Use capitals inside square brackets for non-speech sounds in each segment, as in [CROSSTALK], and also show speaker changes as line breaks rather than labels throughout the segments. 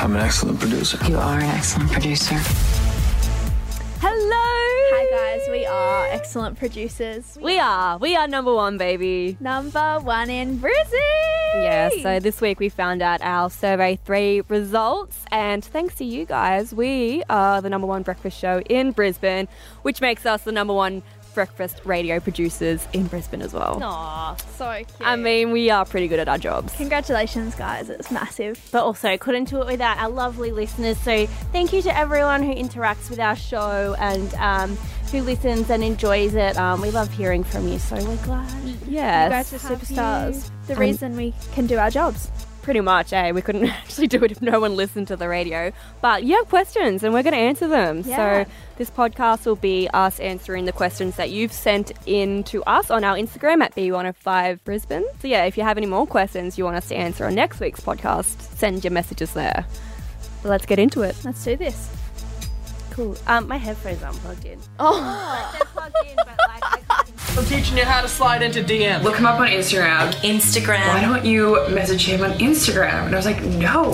I'm an excellent producer.
You are an excellent producer.
Hello.
Hi guys, we are excellent producers.
We are. Ah, We are number one, baby.
Number one in Brizzy.
Yeah, so this week we found out our survey three results, and thanks to you guys, we are the number one breakfast show in Brisbane, which makes us the number one breakfast radio producers in Brisbane as well.
Aw, so cute.
I mean, we are pretty good at our jobs.
congratulations, guys. It's massive.
But also couldn't do it without our lovely listeners. So thank you to everyone who interacts with our show and um, who listens and enjoys it. Um, we love hearing from you, so we're glad.
Yes,
you guys are superstars. The reason we can do our jobs.
pretty much, eh? We couldn't [LAUGHS] actually do it if no one listened to the radio. But you have questions and we're going to answer them.
Yeah.
So this podcast will be us answering the questions that you've sent in to us on our Instagram at B105 Brisbane. So yeah, if you have any more questions you want us to answer on next week's podcast, send your messages there. But let's get into it.
Let's do this.
Cool. Um, my headphones aren't plugged in.
I'm teaching you how to slide into DM.
Look him up on Instagram. Instagram. Why don't you message him on Instagram? And I was like, no.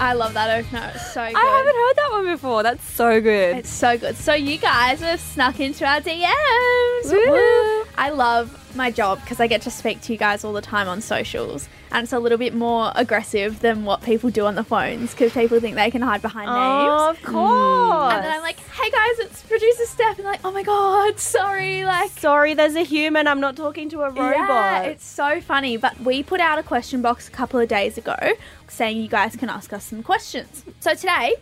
I love that opener. It's so good.
I haven't heard that one before. That's so good.
It's so good. So you guys have snuck into our DMs.
Woo.
Woo. I love my job because I get to speak to you guys all the time on socials, and it's a little bit more aggressive than what people do on the phones because people think they can hide behind names.
of course.
And then I'm like, "Hey guys, it's producer Steph," and like, "Oh my god, sorry." Like,
sorry, there's a human. I'm not talking to a robot.
yeah, it's so funny. But we put out a question box a couple of days ago saying you guys can ask us some questions. So today,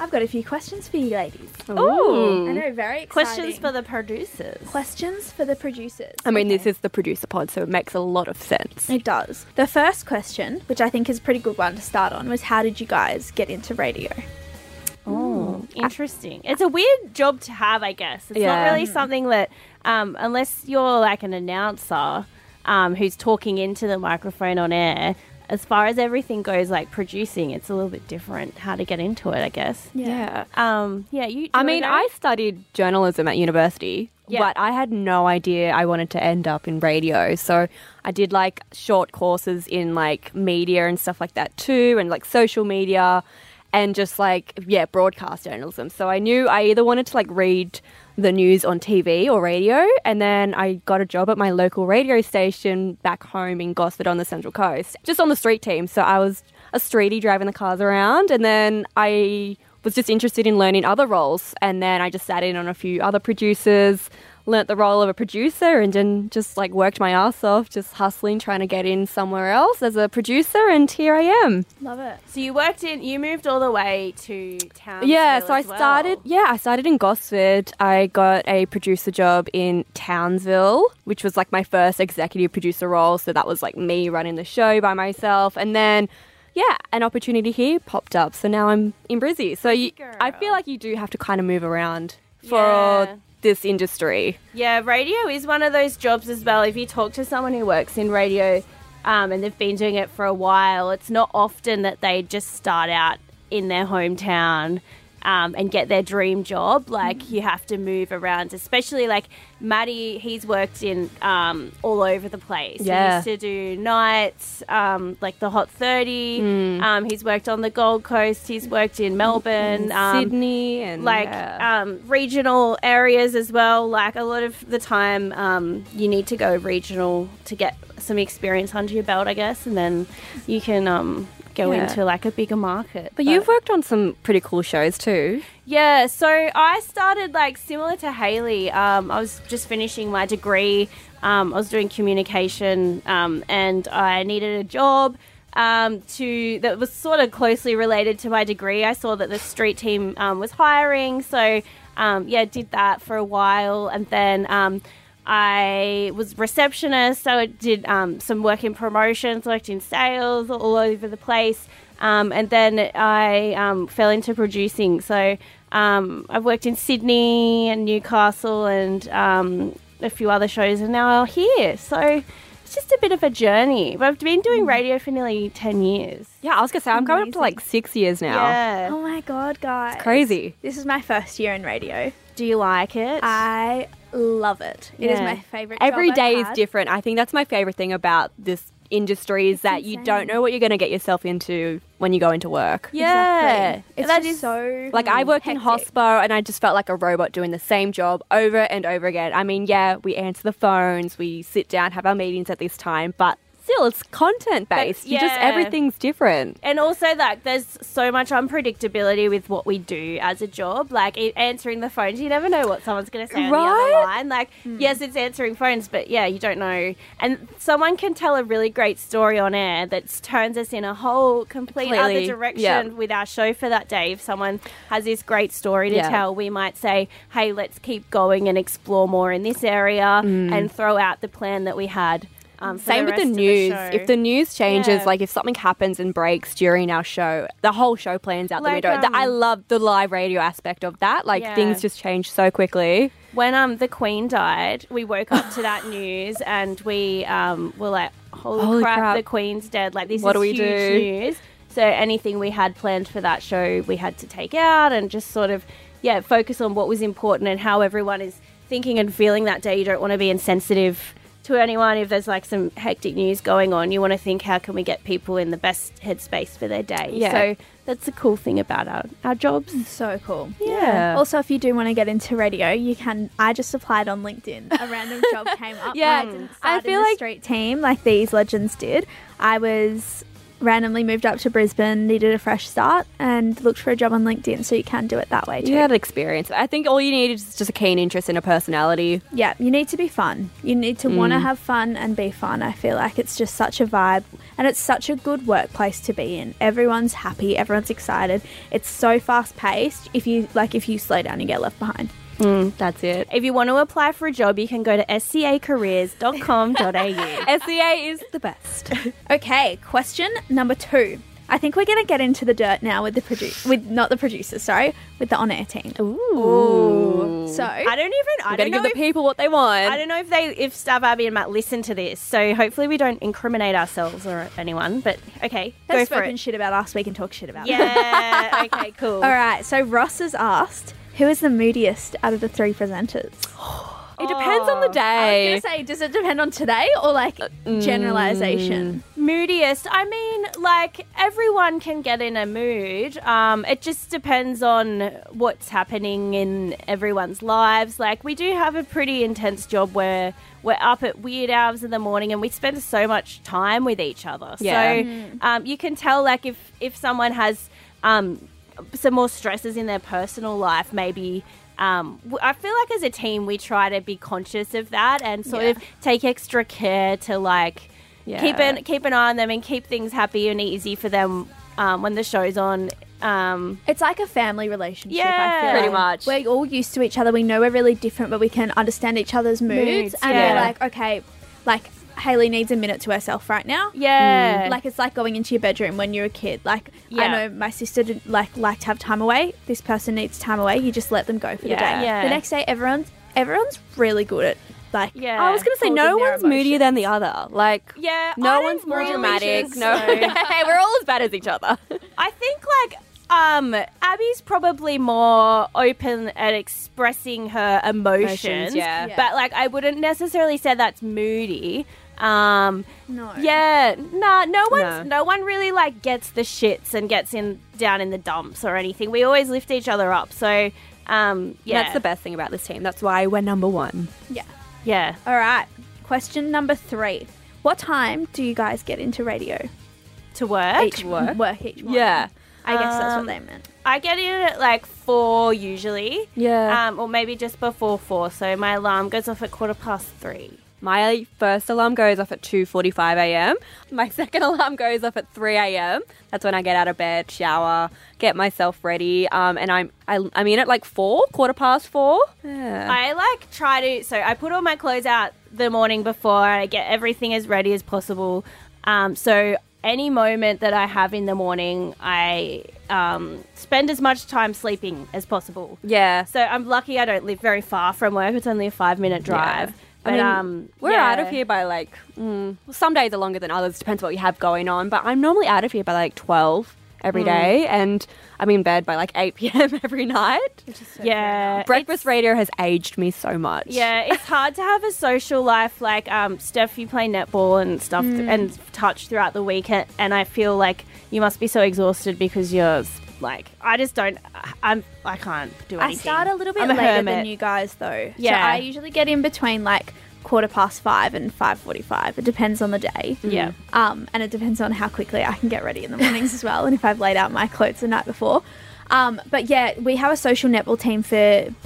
I've got a few questions for you ladies.
Ooh.
I know, very exciting.
Questions for the producers.
uh,
questions for the producers.
I mean, this is the producer pod, so it makes a lot of sense.
It does. The first question, which I think is a pretty good one to start on, was how did you guys get into radio?
Interesting. It's a weird job to have, I guess. It's
Yeah.
not really something that, um, unless you're like an announcer um, who's talking into the microphone on air, as far as everything goes, like producing, it's a little bit different how to get into it, I guess.
yeah.
Um, yeah, you. do
I
you
mean,
wanna
I studied journalism at university,
Yeah.
but I had no idea I wanted to end up in radio. So I did like short courses in like media and stuff like that too, and like social media and just like, yeah, broadcast journalism. So I knew I either wanted to like read the news on TV or radio, and then I got a job at my local radio station back home in Gosford on the Central Coast, just on the street team. So I was a streetie driving the cars around, and then I was just interested in learning other roles. And then I just sat in on a few other producers, learnt the role of a producer, and then just like worked my ass off, just hustling, trying to get in somewhere else as a producer. And here I am.
Love it.
go? So you worked in. You moved all the way to town.
Yeah, so I started. Yeah, I started in Gosford. I got a producer job in Townsville, which was like my first executive producer role. So that was like me running the show by myself, and then. Yeah, an opportunity here popped up, so now I'm in Brizzy. So you, I feel like you do have to kind of move around for
Yeah.
this industry.
Yeah, radio is one of those jobs as well. If you talk to someone who works in radio um, and they've been doing it for a while, it's not often that they just start out in their hometown um, and get their dream job. Like, you have to move around, especially like Maddie, he's worked in um, all over the place. He
Yeah.
used to do nights, um, like the Hot 30.
Hmm.
Um, he's worked on the Gold Coast, he's worked in Melbourne, um,
Sydney and
like
yeah.
um, regional areas as well. Like a lot of the time, um, you need to go regional to get some experience under your belt, I guess, and then you can um, go
Yeah.
into like a bigger market.
but you've worked on some pretty cool shows too.
Yeah, so I started like similar to Haley. Um, I was just finishing my degree. Um, I was doing communication, um, and I needed a job um, to that was sort of closely related to my degree. I saw that the street team um, was hiring, so um, yeah, did that for a while, and then. Um, I was receptionist, so I did um, some work in promotions, worked in sales all over the place, um, and then I um, fell into producing. So um, I've worked in Sydney and Newcastle and um, a few other shows, and now I'm here. So it's just a bit of a journey. But I've been doing radio for nearly 10 years.
Yeah, I was gonna say I'm going up to like six years now.
Yeah.
Oh my god, guys. It's
Crazy.
This is my first year in radio.
Do you like it?
I love it. It is
Yeah.
my favorite.
Every
job I've
day is
had.
different. I think that's my favorite thing about this industries that you don't know what you're going to get yourself into when you go into work.
Yeah,
Exactly. It's
That
just
is-
so
Like I worked in
hectic.
hospo and I just felt like a robot doing the same job over and over again. I mean, yeah, we answer the phones, we sit down, have our meetings at this time, but still it's content based. You just
yeah.
everything's different.
and also like there's so much unpredictability with what we do as a job like i- answering the phones you never know what someone's going to say on the
Right?
other line like yes it's answering phones but yeah you don't know and someone can tell a really great story on air that turns us in a whole complete
Completely,
other direction
yeah.
with our show for that day if someone has this great story to
Yeah.
tell we might say hey let's keep going and explore more in this area and throw out the plan that we had um, for
Hmm. Same with the
rest of
news.
show.
if the news changes,
Yeah.
like if something happens and breaks during our show, the whole show plans out
Like,
the window. Th- I
um,
love the live radio aspect of that. Like
Yeah.
things just change so quickly.
when um the Queen died, we woke up to
[LAUGHS]
that news and we um were like, "Holy,
Holy
crap,
crap.
the Queen's dead!" Like this is
What do we
huge
do?
news. So anything we had planned for that show, we had to take out and just sort of yeah focus on what was important and how everyone is thinking and feeling that day. You don't want to be insensitive to anyone if there's like some hectic news going on. You want to think how can we get people in the best headspace for their day.
Yeah.
So that's the cool thing about our our jobs.
So cool.
Yeah.
Also, if you do want to get into radio, you can. I just applied on LinkedIn. A random
[LAUGHS]
job came up.
Yeah,
I, didn't
I
start in
feel
the
like-
street team like these legends did. I was randomly moved up to Brisbane, needed a fresh start, and looked for a job on LinkedIn. So you can do it that way too.
You had experience. I think all you need is just a keen interest in a personality.
Yeah, you need to be fun. You need to want to
Mm.
have fun and be fun. I feel like it's just such a vibe and it's such a good workplace to be in. Everyone's happy, everyone's excited. It's so fast paced. If you like if you slow down you get left behind.
That's it.
If you want to apply for a job, you can go to [LAUGHS] scacareers.com.au.
SEA is the best.
Okay, question number 2. I think we're going to get into the dirt now with the produ- with not the producers, sorry, with the on-air team. Ooh. So,
I don't even.
[LAUGHS]
I
Gotta
don't know.
give the
If,
people what they want.
I don't know if they, if Stav, Abby, and Matt listen to this. So hopefully we don't incriminate ourselves or anyone. But okay,
they've
go for
spoken
it.
shit about us, we can talk shit about them.
yeah. [LAUGHS] Okay. Cool.
All right, so Ross has asked, who is the moodiest out of the three presenters?
It depends on the
I
day.
was gonna say, does it depend on today or like
Uh, mm.
generalization?
Moodiest. I mean, like everyone can get in a mood. Um, it just depends on what's happening in everyone's lives. Like we do have a pretty intense job where we're up at weird hours in the morning and we spend so much time with each other.
Yeah.
So um, you can tell, like if if someone has um, some more stresses in their personal life, maybe. Um, w- I feel like as a team, we try to be conscious of that and sort
Yeah.
of take extra care to like keep
Yeah.
an keep an eye on them and keep things happy and easy for them um, when the show's on. Um,
It's like a family relationship. I
Yeah.
feel
Pretty
much.
We're all used to each other. We know we're really different, but we can understand each other's moods.
Moods,
and
yeah.
we're like, okay, like Haley needs a minute to herself right now.
Mm.
yeah,
Like it's like going into your bedroom when you're a kid. Like I
Yeah.
know my sister did, like liked to have time away. This person needs time away. You just let them go for the
Yeah.
day.
Yeah.
The next day, everyone's everyone's really good at like.
Yeah.
I was gonna say no
Holding their
one's moodier
emotions.
than the other. Like
yeah. I
no
don't
one's more
really
dramatic.
think
No,
so.
[LAUGHS] hey, we're all as bad as each other.
I think like um Abby's probably more open at expressing her
Emotions,
emotions,
yeah.
Yeah.
but like I wouldn't necessarily say that's moody. Um
No.
Yeah, nah, no one's
No.
no one really like gets the shits and gets in down in the dumps or anything. We always lift each other up. So um yeah.
That's the best thing about this team. That's why we're number one.
Yeah.
Yeah.
All right. Question number three. What time do you guys get into radio?
To work.
Each work? Work each morning.
Yeah.
I guess that's
Um,
what they meant.
I get in at like four usually.
Yeah.
Um, or maybe just before four. So my alarm goes off at quarter past three.
My first alarm goes off at 2:45 a.m. My [LAUGHS] second alarm goes off at 3 a.m. That's when I get out of bed, shower, get myself ready, um, and I'm I, I'm in at like four, quarter past four. Yeah.
I like try to. So I put all my clothes out the morning before. and I get everything as ready as possible. Um, so any moment that I have in the morning, I um, spend as much time sleeping as possible.
yeah.
So I'm lucky I don't live very far from work. It's only a five minute drive.
Yeah. I
But
mean,
um,
We're
yeah.
out of here by like mm, well, some days are longer than others. Depends what you have going on, but I'm normally out of here by like 12. every day, and I'm in bed by like 8 p.m. [LAUGHS] every night.
yeah.
Breakfast radio has aged me so much.
[LAUGHS]
Yeah, it's hard to have a social life like um, Steph. You play netball and stuff
Mm.
and touch throughout the week, and, and I feel like you must be so exhausted because you're s- like I just don't. I- I'm I can't do
I
anything.
start a little bit
I'm
later
hermit.
than you guys, though.
Yeah.
So I usually get in between like quarter past five and five forty-five. It depends on the day.
Mm. Yeah.
Um, and it depends on how quickly I can get ready in the mornings as well, and if I've laid out my clothes the night before. Um, but yeah, we have a social netball team for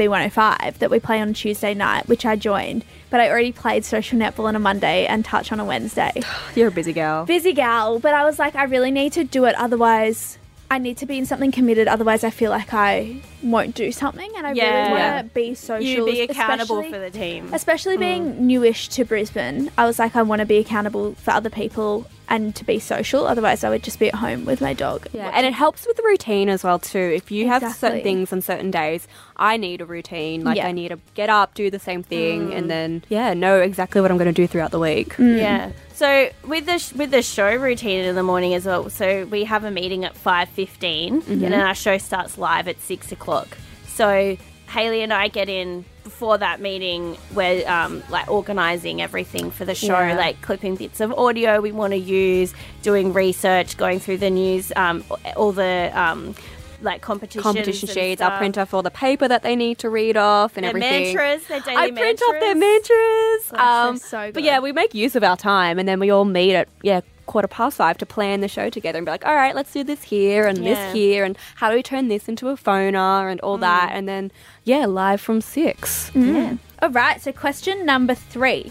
B105 that we play on Tuesday night, which I joined. But I already played social netball on a Monday and touch on a Wednesday.
You're a busy girl.
Busy gal, but I was like, I really need to do it, otherwise, I need to be in something committed, otherwise, I feel like I won't do something, and I
Yeah.
really want to
Yeah.
be social.
you be accountable
especially-
for the team.
Especially being newish to Brisbane, I was like, I want to be accountable for other people and to be social. Otherwise, I would just be at home with my dog.
Yeah, and it helps with the routine as well too. If you have certain
Exactly.
things on certain days, I need a routine. Like
Yeah.
I need to get up, do the same thing, and then yeah, know exactly what I'm going to do throughout the week.
Yeah. So with the sh- with the show routine in the morning as well. So we have a meeting at five
Mm-hmm.
and then our show starts live at six o'clock. So Haley and I get in before that meeting. We're um, like organising everything for the show,
Yeah.
like clipping bits of audio we want to use, doing research, going through the news, um, all the um, like competitions,
Competition
and
sheets.
stuff.
I'll print off all the paper that they need to read off and
their
everything.
mantras, their daily
I print off their
mantras.
mantras. um,
so good.
But yeah, we make use of our time, and then we all meet at yeah quarter past five to plan the show together and be like, all right, let's do this here and
Yeah.
this here, and how do we turn this into a phoner and all that, and then yeah, live from six.
All right, so question number three.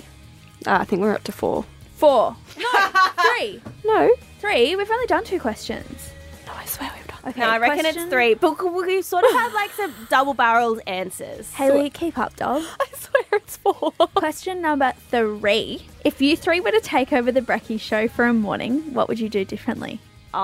Uh, I think we're up to four.
Four. [LAUGHS] No, three.
No,
Three. We've only done two questions.
no, I swear we've done.
Okay,
No, I reckon
question-
it's three. But we sort of have
[LAUGHS]
like some double-barreled answers.
Haley, keep up, dog.
[LAUGHS] I swear it's four.
Question number three. If you three were to take over the Brecky show for a morning, what would you do differently?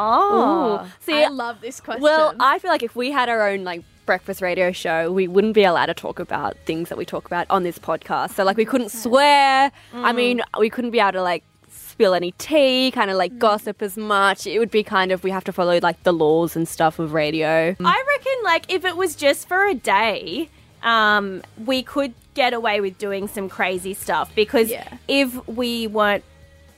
Oh.
See,
love this question.
well, I feel like if we had our own like breakfast radio show, we wouldn't be allowed to talk about things that we talk about on this podcast. So like we couldn't swear. I mean, we couldn't be able to like spill any tea, kind of like gossip as much. It would be kind of we have to follow like the laws and stuff of radio.
I reckon, like, if it was just for a day, um, we could get away with doing some crazy stuff because
Yeah.
if we weren't,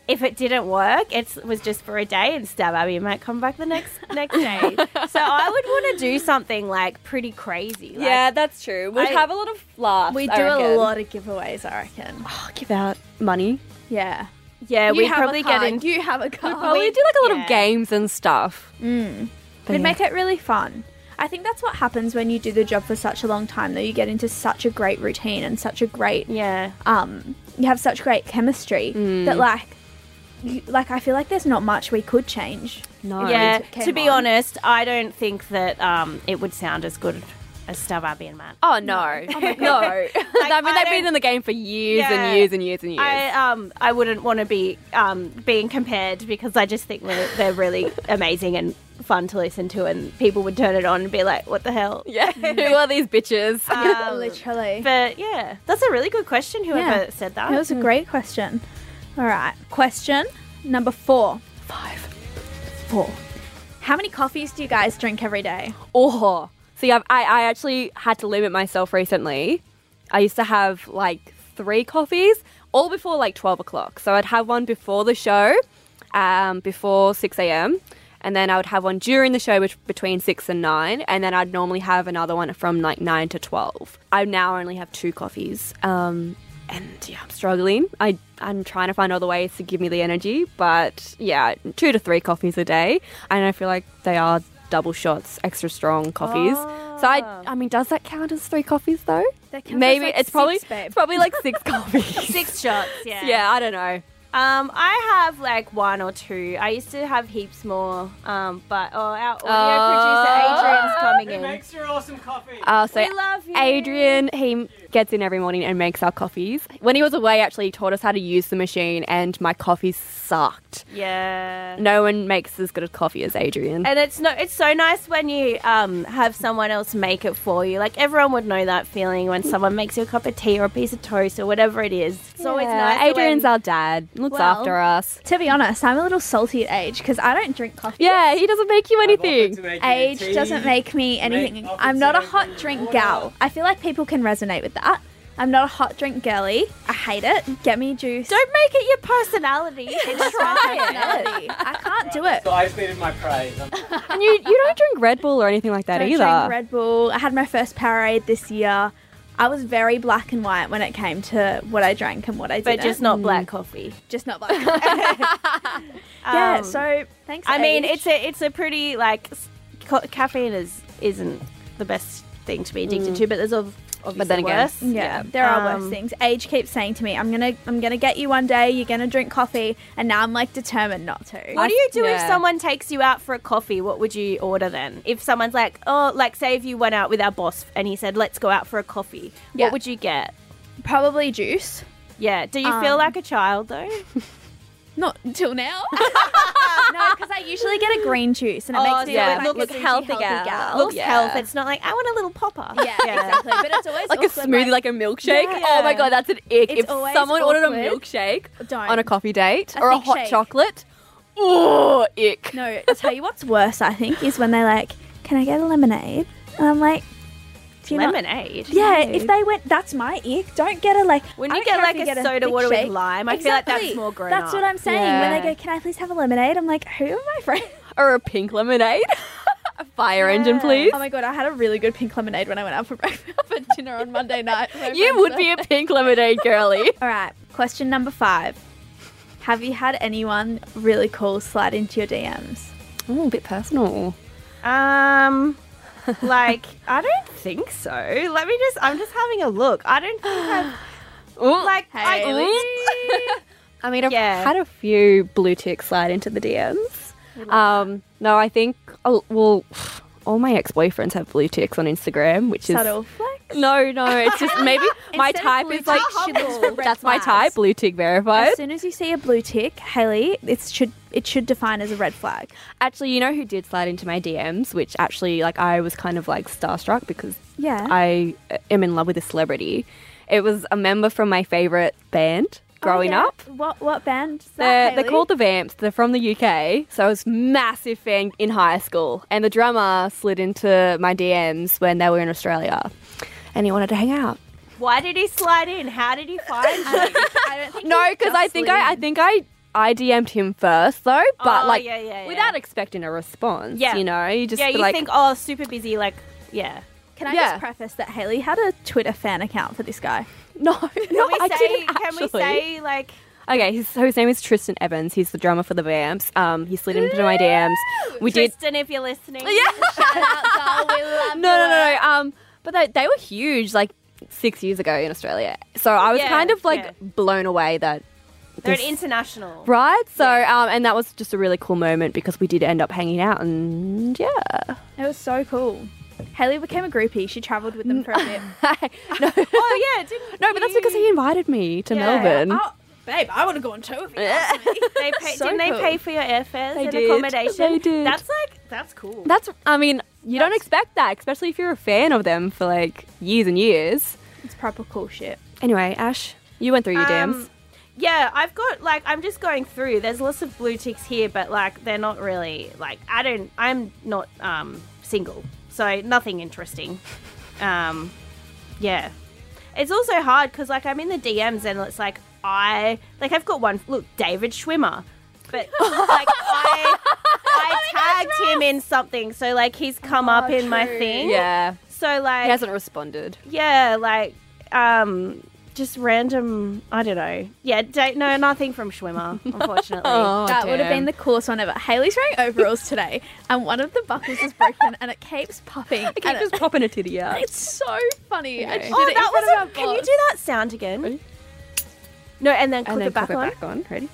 if it didn't work, it's- it was just for a day, and Stab Abby might come back the next
[LAUGHS]
next day. so I would want to do something like pretty crazy. Like,
yeah, that's true. We'd
I-
have a lot of laughs.
we
I
do a
reckon.
lot of giveaways, I reckon.
Oh, give out money.
Yeah.
yeah,
You
we
have a
probably get
card.
in.
You have a card.
Well, Oh, we do like a lot
yeah.
of games and stuff. Mm.
It'd make it really fun. I think that's what happens when you do the job for such a long time, though. You get into such a great routine and such a great,
Yeah,
um, you have such great chemistry that, like, you, like I feel like there's not much we could change.
no.
yeah.
Oh, it came
To be
on.
honest, I don't think that um, it would sound as good as Stab Abby and Matt.
Oh no, [LAUGHS] no! I mean,
I
they've
don't-
been in the game for years
Yeah.
and years and years and years.
[LAUGHS] I um I wouldn't want to be um being compared because I just think they're, they're
[LAUGHS]
really amazing and fun to listen to, and people would turn it on and be like, "What the hell?"
yeah, who are these bitches?
Um,
[LAUGHS] Literally.
But yeah, that's a really good question. Whoever
Yeah.
said that.
That was a great question. All right. Question number four.
Five.
Four. How many coffees do you guys drink every day?
Oh, see, I've, I I actually had to limit myself recently. I used to have like three coffees, all before like twelve o'clock. So I'd have one before the show, um, before six a.m. And then I would have one during the show, which between six and nine, and then I'd normally have another one from like nine to twelve. I now only have two coffees, um, and yeah, I'm struggling. I I'm trying to find other ways to give me the energy, but yeah, two to three coffees a day, and I feel like they are double shots, extra strong coffees. So
Ah.
I I mean, does that count as three coffees though?
That counts as,
Maybe
like,
it's probably
six, babe.
it's probably like six
[LAUGHS]
coffees.
Six shots.
[LAUGHS]
[LAUGHS]
Yeah.
Yeah, I don't know.
Um, I have like one or two. I used to have heaps more. Um, but oh, our audio
Oh.
producer Adrian's coming
Oh.
Who
in.
makes your awesome coffee?
Uh, so
We love you.
Adrian, he gets in every morning and makes our coffees. When he was away, actually, he taught us how to use the machine, and my coffee sucked.
Yeah.
No one makes as good a coffee as Adrian.
And it's no, it's so nice when you um, have someone else make it for you. Like everyone would know that feeling when someone makes you a cup of tea or a piece of toast or whatever it is. It's always
Yeah,
nice.
Adrian's
when,
our dad. Looks
Well-
after us.
To be honest, I'm a little salty at age because I don't drink coffee.
Yeah, he doesn't make you anything.
Age doesn't make me anything.
coffee
I'm not a
tea,
hot drink gal. I feel like people can resonate with that. I'm not a hot drink girly. I hate it. Get me juice.
don't make it your personality. It's try it.
personality. I can't do it.
So I've needed my prize. I'm-
And you, you don't drink Red Bull or anything like that
I
either.
drank Red Bull. I had my first Powerade this year. I was very black and white when it came to what I drank and what I did.
But just not black coffee.
just not black. [LAUGHS] yeah.
Um,
So thanks.
I mean,
age.
it's a it's a pretty like s- ca- caffeine is isn't the best thing to be addicted to, but there's of obviously
then again-
worse.
Yeah, there are
Um,
worse things. Age keeps saying to me, "I'm gonna, I'm gonna get you one day. You're gonna drink coffee," and now I'm like determined not to.
What do you do
yeah.
if someone takes you out for a coffee? What would you order then? If someone's like, oh, like say if you went out with our boss and he said, let's go out for a coffee,
Yeah.
what would you get?
Probably juice.
Yeah. Do you
Um,
feel like a child though?
Not until now. [LAUGHS] no, because I usually get a green juice, and it makes me
yeah, look-
look, like a
look
bougie,
healthy
healthy
gal.
gal.
Looks
oh, yeah.
health. It's not like I want a little popper. [LAUGHS]
yeah, exactly. But it's always
like a
awkward,
smoothie, like a milkshake.
Yeah.
Oh my god, that's an ick.
It's
if
always
someone ordered a
awkward.
milkshake
Don't.
on a coffee date
A
or a
thick
hot
shake.
chocolate, oh, ick.
No, I'll tell you what's worse, I think, is when they're like, Can I get a lemonade? And I'm like, Do you not-
Lemonade.
Yeah, if they went, that's my ick. Don't get a like.
When
I don't
you get,
care if
like, a
get
soda
thick
water with
shake.
lime, I feel like that's
Exactly.
more grown
That's
up.
what I'm saying. When they
Yeah.
go, can I please have a lemonade? I'm like, who are my
[LAUGHS]
friends?
Or a pink [LAUGHS] lemonade. a fire engine, please.
Oh my god, I had a really good pink lemonade when I went out for [LAUGHS] breakfast for dinner on Monday night. My
you
friends
would
were-
be a pink lemonade [LAUGHS] girly.
All right, question number five. Have you had anyone really cool slide into your DMs?
oh, a bit personal. [LAUGHS]
Um, like I don't think so. Let me just. I'm just having a look. I don't
[GASPS]
think I've like.
[LAUGHS]
Hayley.
I,
I mean, I've
Yeah.
had a few blue ticks slide into the DMs. Um, no, I think oh, well, [SIGHS] all my ex boyfriends have blue ticks on Instagram, which is
Subtle flex.
No, no, it's [LAUGHS] just maybe my
Instead of
type
blue
is like
tick, she looks for red
that's my
flags.
type. Blue tick verified.
As soon as you see a blue tick, Haley, it should it should define as a red flag.
Actually, you know who did slide into my DMs, which actually like I was kind of like starstruck because
Yeah.
I uh, am in love with a celebrity. It was a member from my favorite band growing
Oh, yeah.
up.
What what band? Is
They're,
that,
they're
Hayley?
called the Vamps. They're from the UK, so I was massive fan in high school. And the drummer slid into my DMs when they were in Australia, and he wanted to hang out.
why did he slide in?
[LAUGHS]
How did he find you?
I don't think
No, because I think I, I think I I DM'd him first though, but
Oh,
like
yeah, yeah, yeah.
without expecting a response.
Yeah.
you know, you just
yeah, you
like
think oh, super busy. Like yeah.
Can I
yeah.
just preface that Haley had a Twitter fan account for this guy?
no, [LAUGHS] no,
Can we
I
say?
didn't
can we
actually.
say like?
Okay, his, so his name is Tristan Evans. He's the drummer for the Vamps. Um, he slid into my DMs. We did.
Tristan, if you're listening.
[LAUGHS]
no, no, no, no. Um, but they they were huge like six years ago in Australia. So I was
Yeah,
kind of like
yeah.
blown away that
They're an
this-
international.
right. So um, and that was just a really cool moment because we did end up hanging out and yeah. [LAUGHS]
It was so cool. Haley became a groupie. She travelled with them for a bit.
no.
Oh yeah, didn't
[LAUGHS] No, but that's because he invited me to
Yeah.
Melbourne.
Oh, babe, I want to go on tour with you.
they pay,
So
didn't they
cool.
pay for your airfares
They
and
did.
accommodation?
They did.
That's like that's cool.
That's, I mean, you don't expect that, especially if you're a fan of them for like years and years.
It's proper cool shit.
Anyway, Ash, you went through your dams.
Um, Yeah, I've got like I'm just going through. There's lots of blue ticks here, but like they're not really like I don't I'm not um single, so
[LAUGHS]
nothing interesting. Um, yeah, it's also hard because like I'm in the DMs and it's like I like I've got one look David Schwimmer,
[LAUGHS]
but like I I tagged him in something, so like he's come up in my thing.
Oh, Yeah,
So like
he hasn't responded.
yeah, like um just random I don't know. Yeah, da- no, nothing from Schwimmer, unfortunately.
that would have been the coolest one ever. Haley's wearing overalls today, and one of the buckles is broken, and it keeps popping.
I keep
and it-
just popping a titty [LAUGHS] out.
it's so funny. I
Okay.
just
Oh,
did it in
that
front of our
was a, Can you
boss.
do that sound again?
Ready?
No, and then click
and then
it back
pop
on.
it back on. Ready?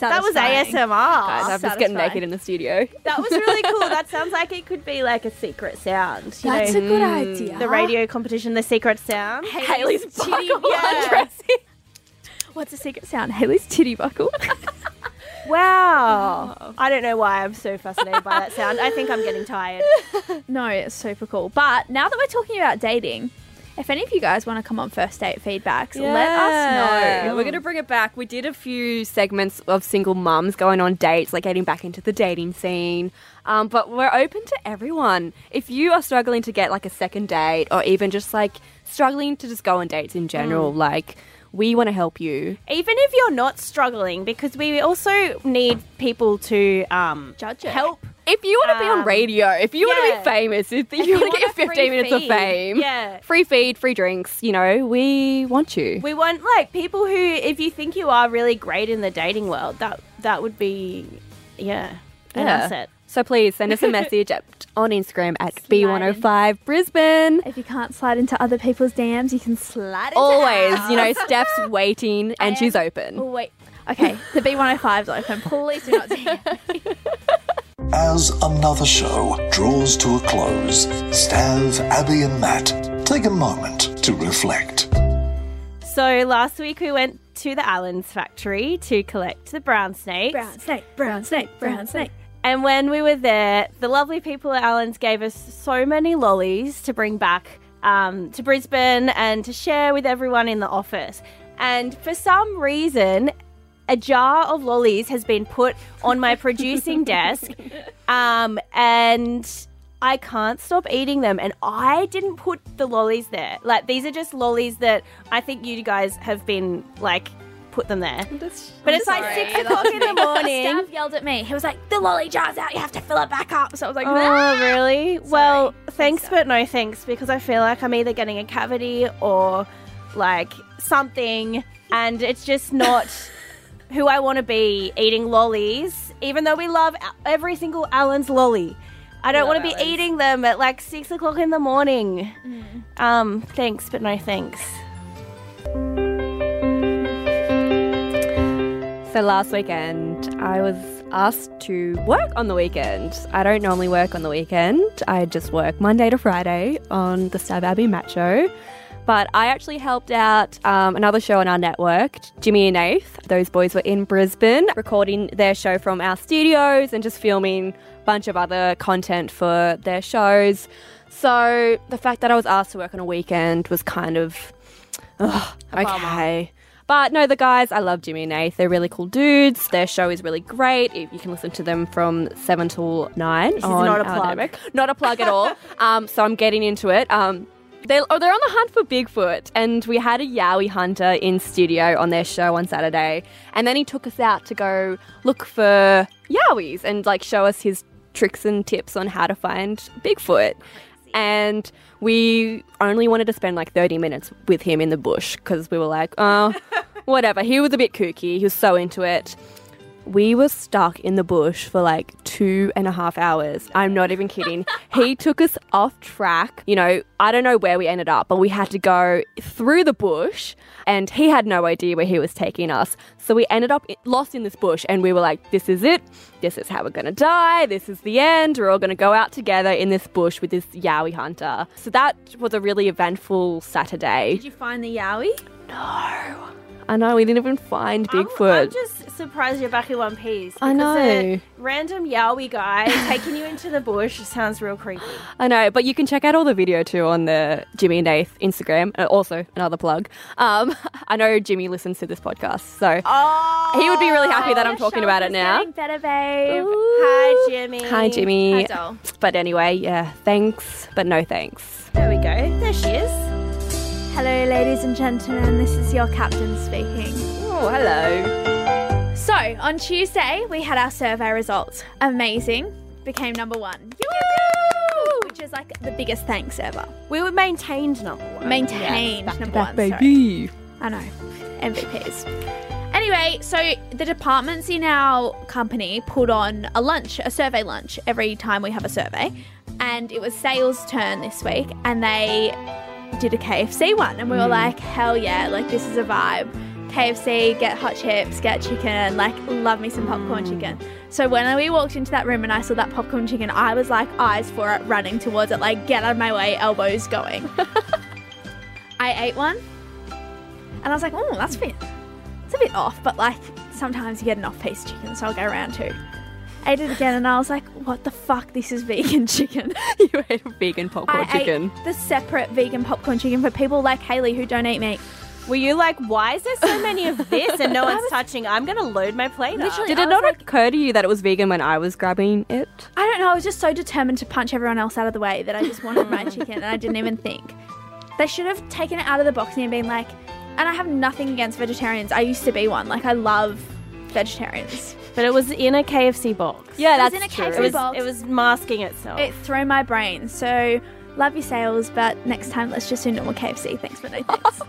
That was
Satisfying.
Guys,
ASMR.
I'm just getting
satisfying.
naked in the studio.
That was really cool. That sounds like it could be like a secret sound. You
That's
know,
a good idea.
the radio competition, the secret sound.
Haley's buckle
yeah.
undressing.
What's a secret sound? Haley's titty buckle.
Wow. I don't know why I'm so fascinated by that sound. I think I'm getting tired.
[LAUGHS] no, it's super cool. But now that we're talking about dating, if any of you guys want to come on first date feedbacks, let us know.
We're going to bring it back. We did a few segments of single mums going on dates, like getting back into the dating scene. Um, but we're open to everyone. If you are struggling to get like a second date or even just like struggling to just go on dates in general,
Mm.
like we want to help you.
Even if you're not struggling, because we also need people to um,
Judge it.
help.
If you want to be on
Um,
radio, if you want
yeah.
to be famous, if you,
you
want to get your
want a free
15 minutes of
feed,
fame,
yeah.
free feed, free drinks, you know, we want you.
We want like people who, if you think you are really great in the dating world, that that would be, yeah, an asset.
So please send us a
[LAUGHS]
message at, on Instagram at B105 Brisbane.
If you can't slide into other people's DMs, you can slide into
Always,
ours.
you know, Steph's waiting and she's
Oh,
open.
wait. Okay, the B105's open. Please do not DM.
As another show draws to a close, Stav, Abby, and Matt take a moment to reflect.
So last week we went to the Allen's factory to collect the brown
[LAUGHS]
snakes.
Brown snake, brown snake, brown snake.
And when we were there, the lovely people at Allen's gave us so many lollies to bring back um, to Brisbane and to share with everyone in the office. And for some reason, a jar of lollies has been put on my producing desk, um, and I can't stop eating them. And I didn't put the lollies there. Like these are just lollies that I think you guys have been like put them there. But it's like six o'clock in the morning.
Stav yelled at me. He was like, the lolly jar's out. You have to fill it back up. So I was
[LAUGHS]
like, "Ah."
Oh, really? Well, thanks, but no thanks, because I feel like I'm either getting a cavity or like something, and it's just [LAUGHS] not who I want to be eating lollies, even though we love a- every single Allen's lolly. I don't want to be eating them at like six o'clock in the morning. Um, thanks, but no thanks.
So last weekend, I was asked to work on the weekend. I don't normally work on the weekend, I just work Monday to Friday on the Stab Abbey Mat Show. But I actually helped out um, another show on our network, Jimmy and Nath. Those boys were in Brisbane recording their show from our studios and just filming a bunch of other content for their shows. So the fact that I was asked to work on a weekend was kind of ugh, okay. But no, the guys, I love Jimmy and Nath. They're really cool dudes. Their show is really great. You you can listen to them from 7 till 9. This on
not a
our
plug.
network. Not a plug at
[LAUGHS]
all. um, so I'm getting into it. Um, they, oh, they're on the hunt for Bigfoot, and we had a Yowie hunter in studio on their show on Saturday, and then he took us out to go look for Yowies and like show us his tricks and tips on how to find Bigfoot. And we only wanted to spend like 30 minutes with him in the bush because we were like, oh, whatever. He was a bit kooky. He was so into it. We were stuck in the bush for like two and a half hours. I'm not even kidding. he took us off track. You know, I don't know where we ended up, but we had to go through the bush and he had no idea where he was taking us. So we ended up i- lost in this bush and we were like, this is it. This is how we're going to die. This is the end. We're all going to go out together in this bush with this Yowie hunter. So that was a really eventful Saturday.
Did you find the Yowie?
I know, we didn't even find
I'm-
Bigfoot.
I'm just surprised you're back in one piece.
I
because a
know.
Random Yowie guy taking you into the bush sounds real creepy.
I know, but you can check out all the video too on the Jimmy and Nath Instagram. Uh, Also, another plug. Um, [LAUGHS] I know Jimmy listens to this podcast, so he would be really happy that
Oh,
I'm talking about it now.
Getting better, babe.
Hi, Jimmy.
Hi, Jimmy.
Hi, doll.
But anyway, yeah, thanks, but no thanks.
There we go. There she is.
Hello, ladies and gentlemen. This is your captain speaking.
Oh, hello.
So, on Tuesday, we had our survey results. Amazing. Became number one. Which is like the biggest thanks ever.
We were maintained number one.
Maintained number one. sorry. I know. MVPs. Anyway, so the departments in our company put on a lunch, a survey lunch, every time we have a survey. And it was sales turn this week, and they did a KFC one. And we were like, hell yeah, like this is a vibe. KFC, get hot chips, get chicken, like love me some popcorn chicken. So when we walked into that room and I saw that popcorn chicken, I was like eyes for it, running towards it, like get out of my way, elbows going. I ate one, and I was like, oh, that's a bit, it's a bit off, but like sometimes you get an off-piece chicken, so I'll go around too. Ate it again, and I was like, what the fuck? This is vegan [LAUGHS] chicken.
[LAUGHS] you ate a vegan popcorn
I
chicken.
ate the separate vegan popcorn chicken for people like Haley who don't eat meat.
Were you like, why is there so
[LAUGHS]
many of this and no one's touching? I'm gonna load my plate.
Literally,
up.
Did
I
it
was
not
like-
occur to you that it was vegan when I was grabbing it?
I don't know. I was just so determined to punch everyone else out of the way that I just wanted [LAUGHS] my chicken and I didn't even think. They should have taken it out of the box and been like, and I have nothing against vegetarians. I used to be one. Like, I love vegetarians.
But it was in a KFC box.
Yeah,
It was
that's
in a KFC
It was,
box.
it was masking itself.
It threw my brain. So, love your sales, but next time let's just do normal KFC. Thanks [LAUGHS] for no thanks.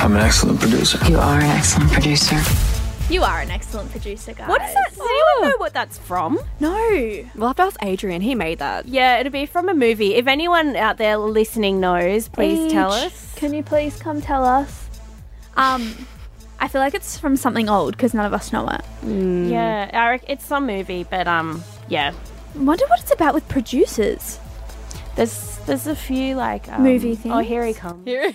I'm an excellent producer.
You are an excellent producer.
you are an excellent producer, guys.
what is that? Does
Oh.
anyone know what that's from?
No.
We'll have to ask Adrian. He made that.
Yeah, it'll be from a movie. If anyone out there listening knows, please tell
Paige,
us.
Can you please come tell us? Um, I feel like it's from something old because none of us know it.
Mm.
Yeah, I rec- it's some movie, but um, yeah.
Wonder what it's about with producers.
There's there's a few like um,
Movie things.
Oh, here he comes.
[LAUGHS]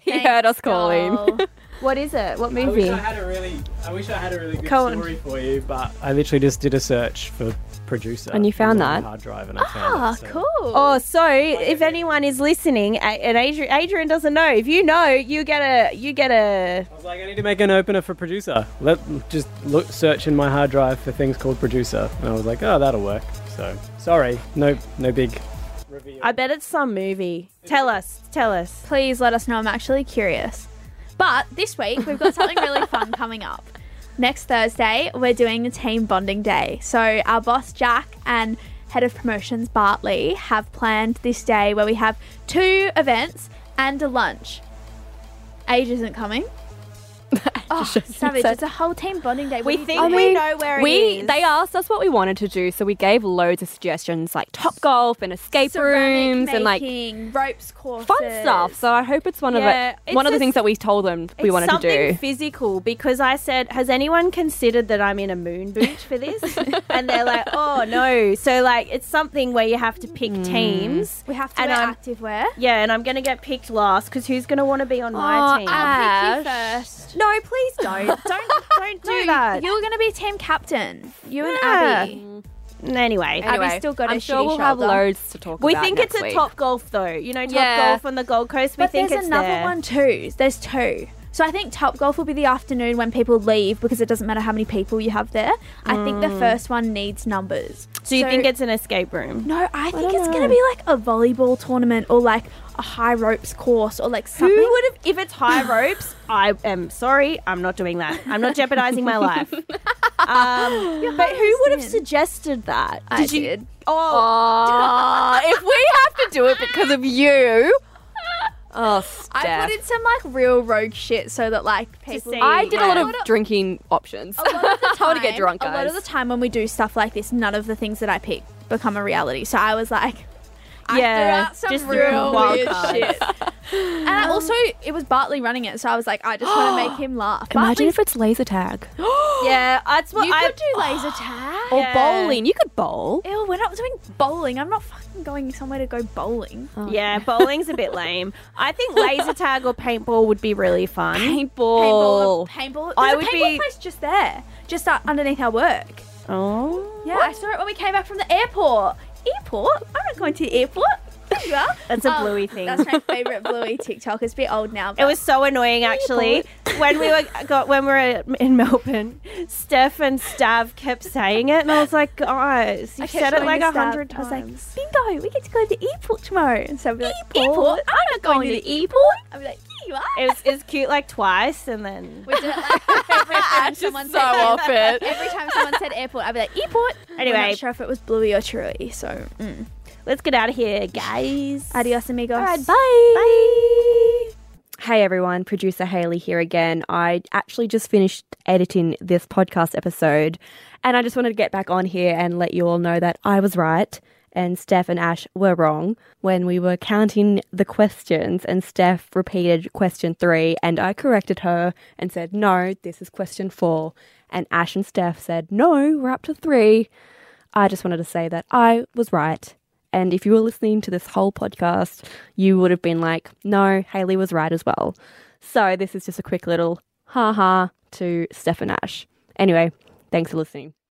He heard us calling.
Oh.
What is it? What
I wish
movie?
I had a really, I wish I had a really good
Cohen.
story for you, but I literally just did a search for producer.
And you found
on my
that?
hard drive, and I
[LAUGHS]
Ah,
found it. so-
cool.
Oh, so if anyone is listening, a- and Adrian, Adrian doesn't know, if you know, you get a you get a
I was like, I need to make an opener for producer. Let just look, search in my hard drive for things called producer, and I was like, oh, that'll work. So sorry, no, no big. Reveal.
I bet it's some movie. Tell us. Tell us.
Please let us know. I'm actually curious. But this week we've got something [LAUGHS] really fun coming up. Next Thursday we're doing a team bonding day. So our boss Jack and head of promotions Bartley have planned this day where we have two events and a lunch. Age isn't [LAUGHS] coming. oh, savage! It's a whole team bonding day. What do
We
you
think
do?
we know where
we
it is.
they asked us what we wanted to do, so we gave loads of suggestions like top golf and escape
Ceramic
rooms and like
making, ropes courses,
fun stuff. So I hope it's one
Yeah,
of it,
it's
one of the
just-
things that we told them we
It's
wanted to
something
do.
physical because I said, "Has anyone considered that I'm in a moon boot for this?" and they're like, "Oh no!" So like, it's something where you have to pick teams.
We have to
And
wear
I'm-
active wear.
Yeah, and I'm gonna get picked last because who's gonna want to be on my team?
Oh, I'll pick you
Ash.
first.
no, please don't, don't, don't do
[LAUGHS] No,
that.
You're going to be team captain. You and
Yeah.
Abby.
Anyway,
Abby's still got
I'm
a
sure
shitty
we'll have
shoulder.
loads to talk
we
about.
think
next
it's a
week. [LAUGHS]
top golf though. You know, top
Yeah.
golf on the Gold Coast. We
But
think
there's
it's
another
there.
one too. There's two. So I think Top Golf will be the afternoon when people leave because it doesn't matter how many people you have there. I think the first one needs numbers.
Hmm. So you think it's an escape room?
No, I think it's going to be like a volleyball tournament or like a high ropes course or like something.
Who would have? If it's high ropes, I am sorry. I'm not doing that. I'm not jeopardizing
[LAUGHS]
my life. Um, but who would have
understand.
suggested that?
I did.
Oh,
Aw, Ah, if we have to do it because of
[LAUGHS]
you. Oh, Steph.
I put in some like real rogue shit so that like people.
see.
I did a lot
Yeah.
of drinking options.
Oh,
a lot of the time,
How to get drunk,
A lot of
guys.
the time when we do stuff like this, none of the things that I pick become a reality. So I was like, I
Yeah,
threw out some
just threw
real
in wild
weird
cards.
shit. and I also, it was Bartley running it, so I was like, I just want to make him laugh.
[GASPS]
Bartley's- [GASPS]
it's laser tag
yeah. That's what
you
I
could do laser tag.
or
Yeah.
bowling. You could bowl.
Ew, we're not doing bowling. I'm not fucking going somewhere to go bowling.
Oh. Yeah, bowling's a bit lame. I think laser tag or paintball would be really fun.
Paintball.
Paintball, paintball. There's
I
a
would
paintball
be-
place just there, just uh, underneath our work.
Oh,
Yeah, I saw it when we came back from the airport. Airport? I'm not going to the airport. There you are.
That's a
Um,
Bluey thing.
That's my favourite Bluey TikTok. It's a bit old now. But
It was so annoying actually when we were got when we were in Melbourne. Steph and Stav kept saying it, and I was like, guys,
I
you
kept
have said it
showing
like
the
a
staff.
hundred
I was
times.
like, bingo, we get to go to the airport tomorrow. And so I'd be like, airport?
Airport?
I'm not going, to the airport. I'd be like, yeah, you are.
it was it was cute like twice, and then
we did it [LAUGHS] like every time someone
So
said
off it.
Every time someone said airport, I'd be like, airport.
Anyway.
I'm not sure if it was Bluey or Truly. So, mm.
let's get out of here, guys.
adios, amigos.
All right, bye. Bye.
Hey everyone, producer Haley here again. I actually just finished editing this podcast episode and I just wanted to get back on here and let you all know that I was right and Steph and Ash were wrong when we were counting the questions, and Steph repeated question three, and I corrected her and said, No, this is question four. And Ash and Steph said, No, we're up to three. I just wanted to say that I was right. And if you were listening to this whole podcast, you would have been like, no, Haley was right as well. So this is just a quick little ha ha to Stefan Ash. Anyway, thanks for listening.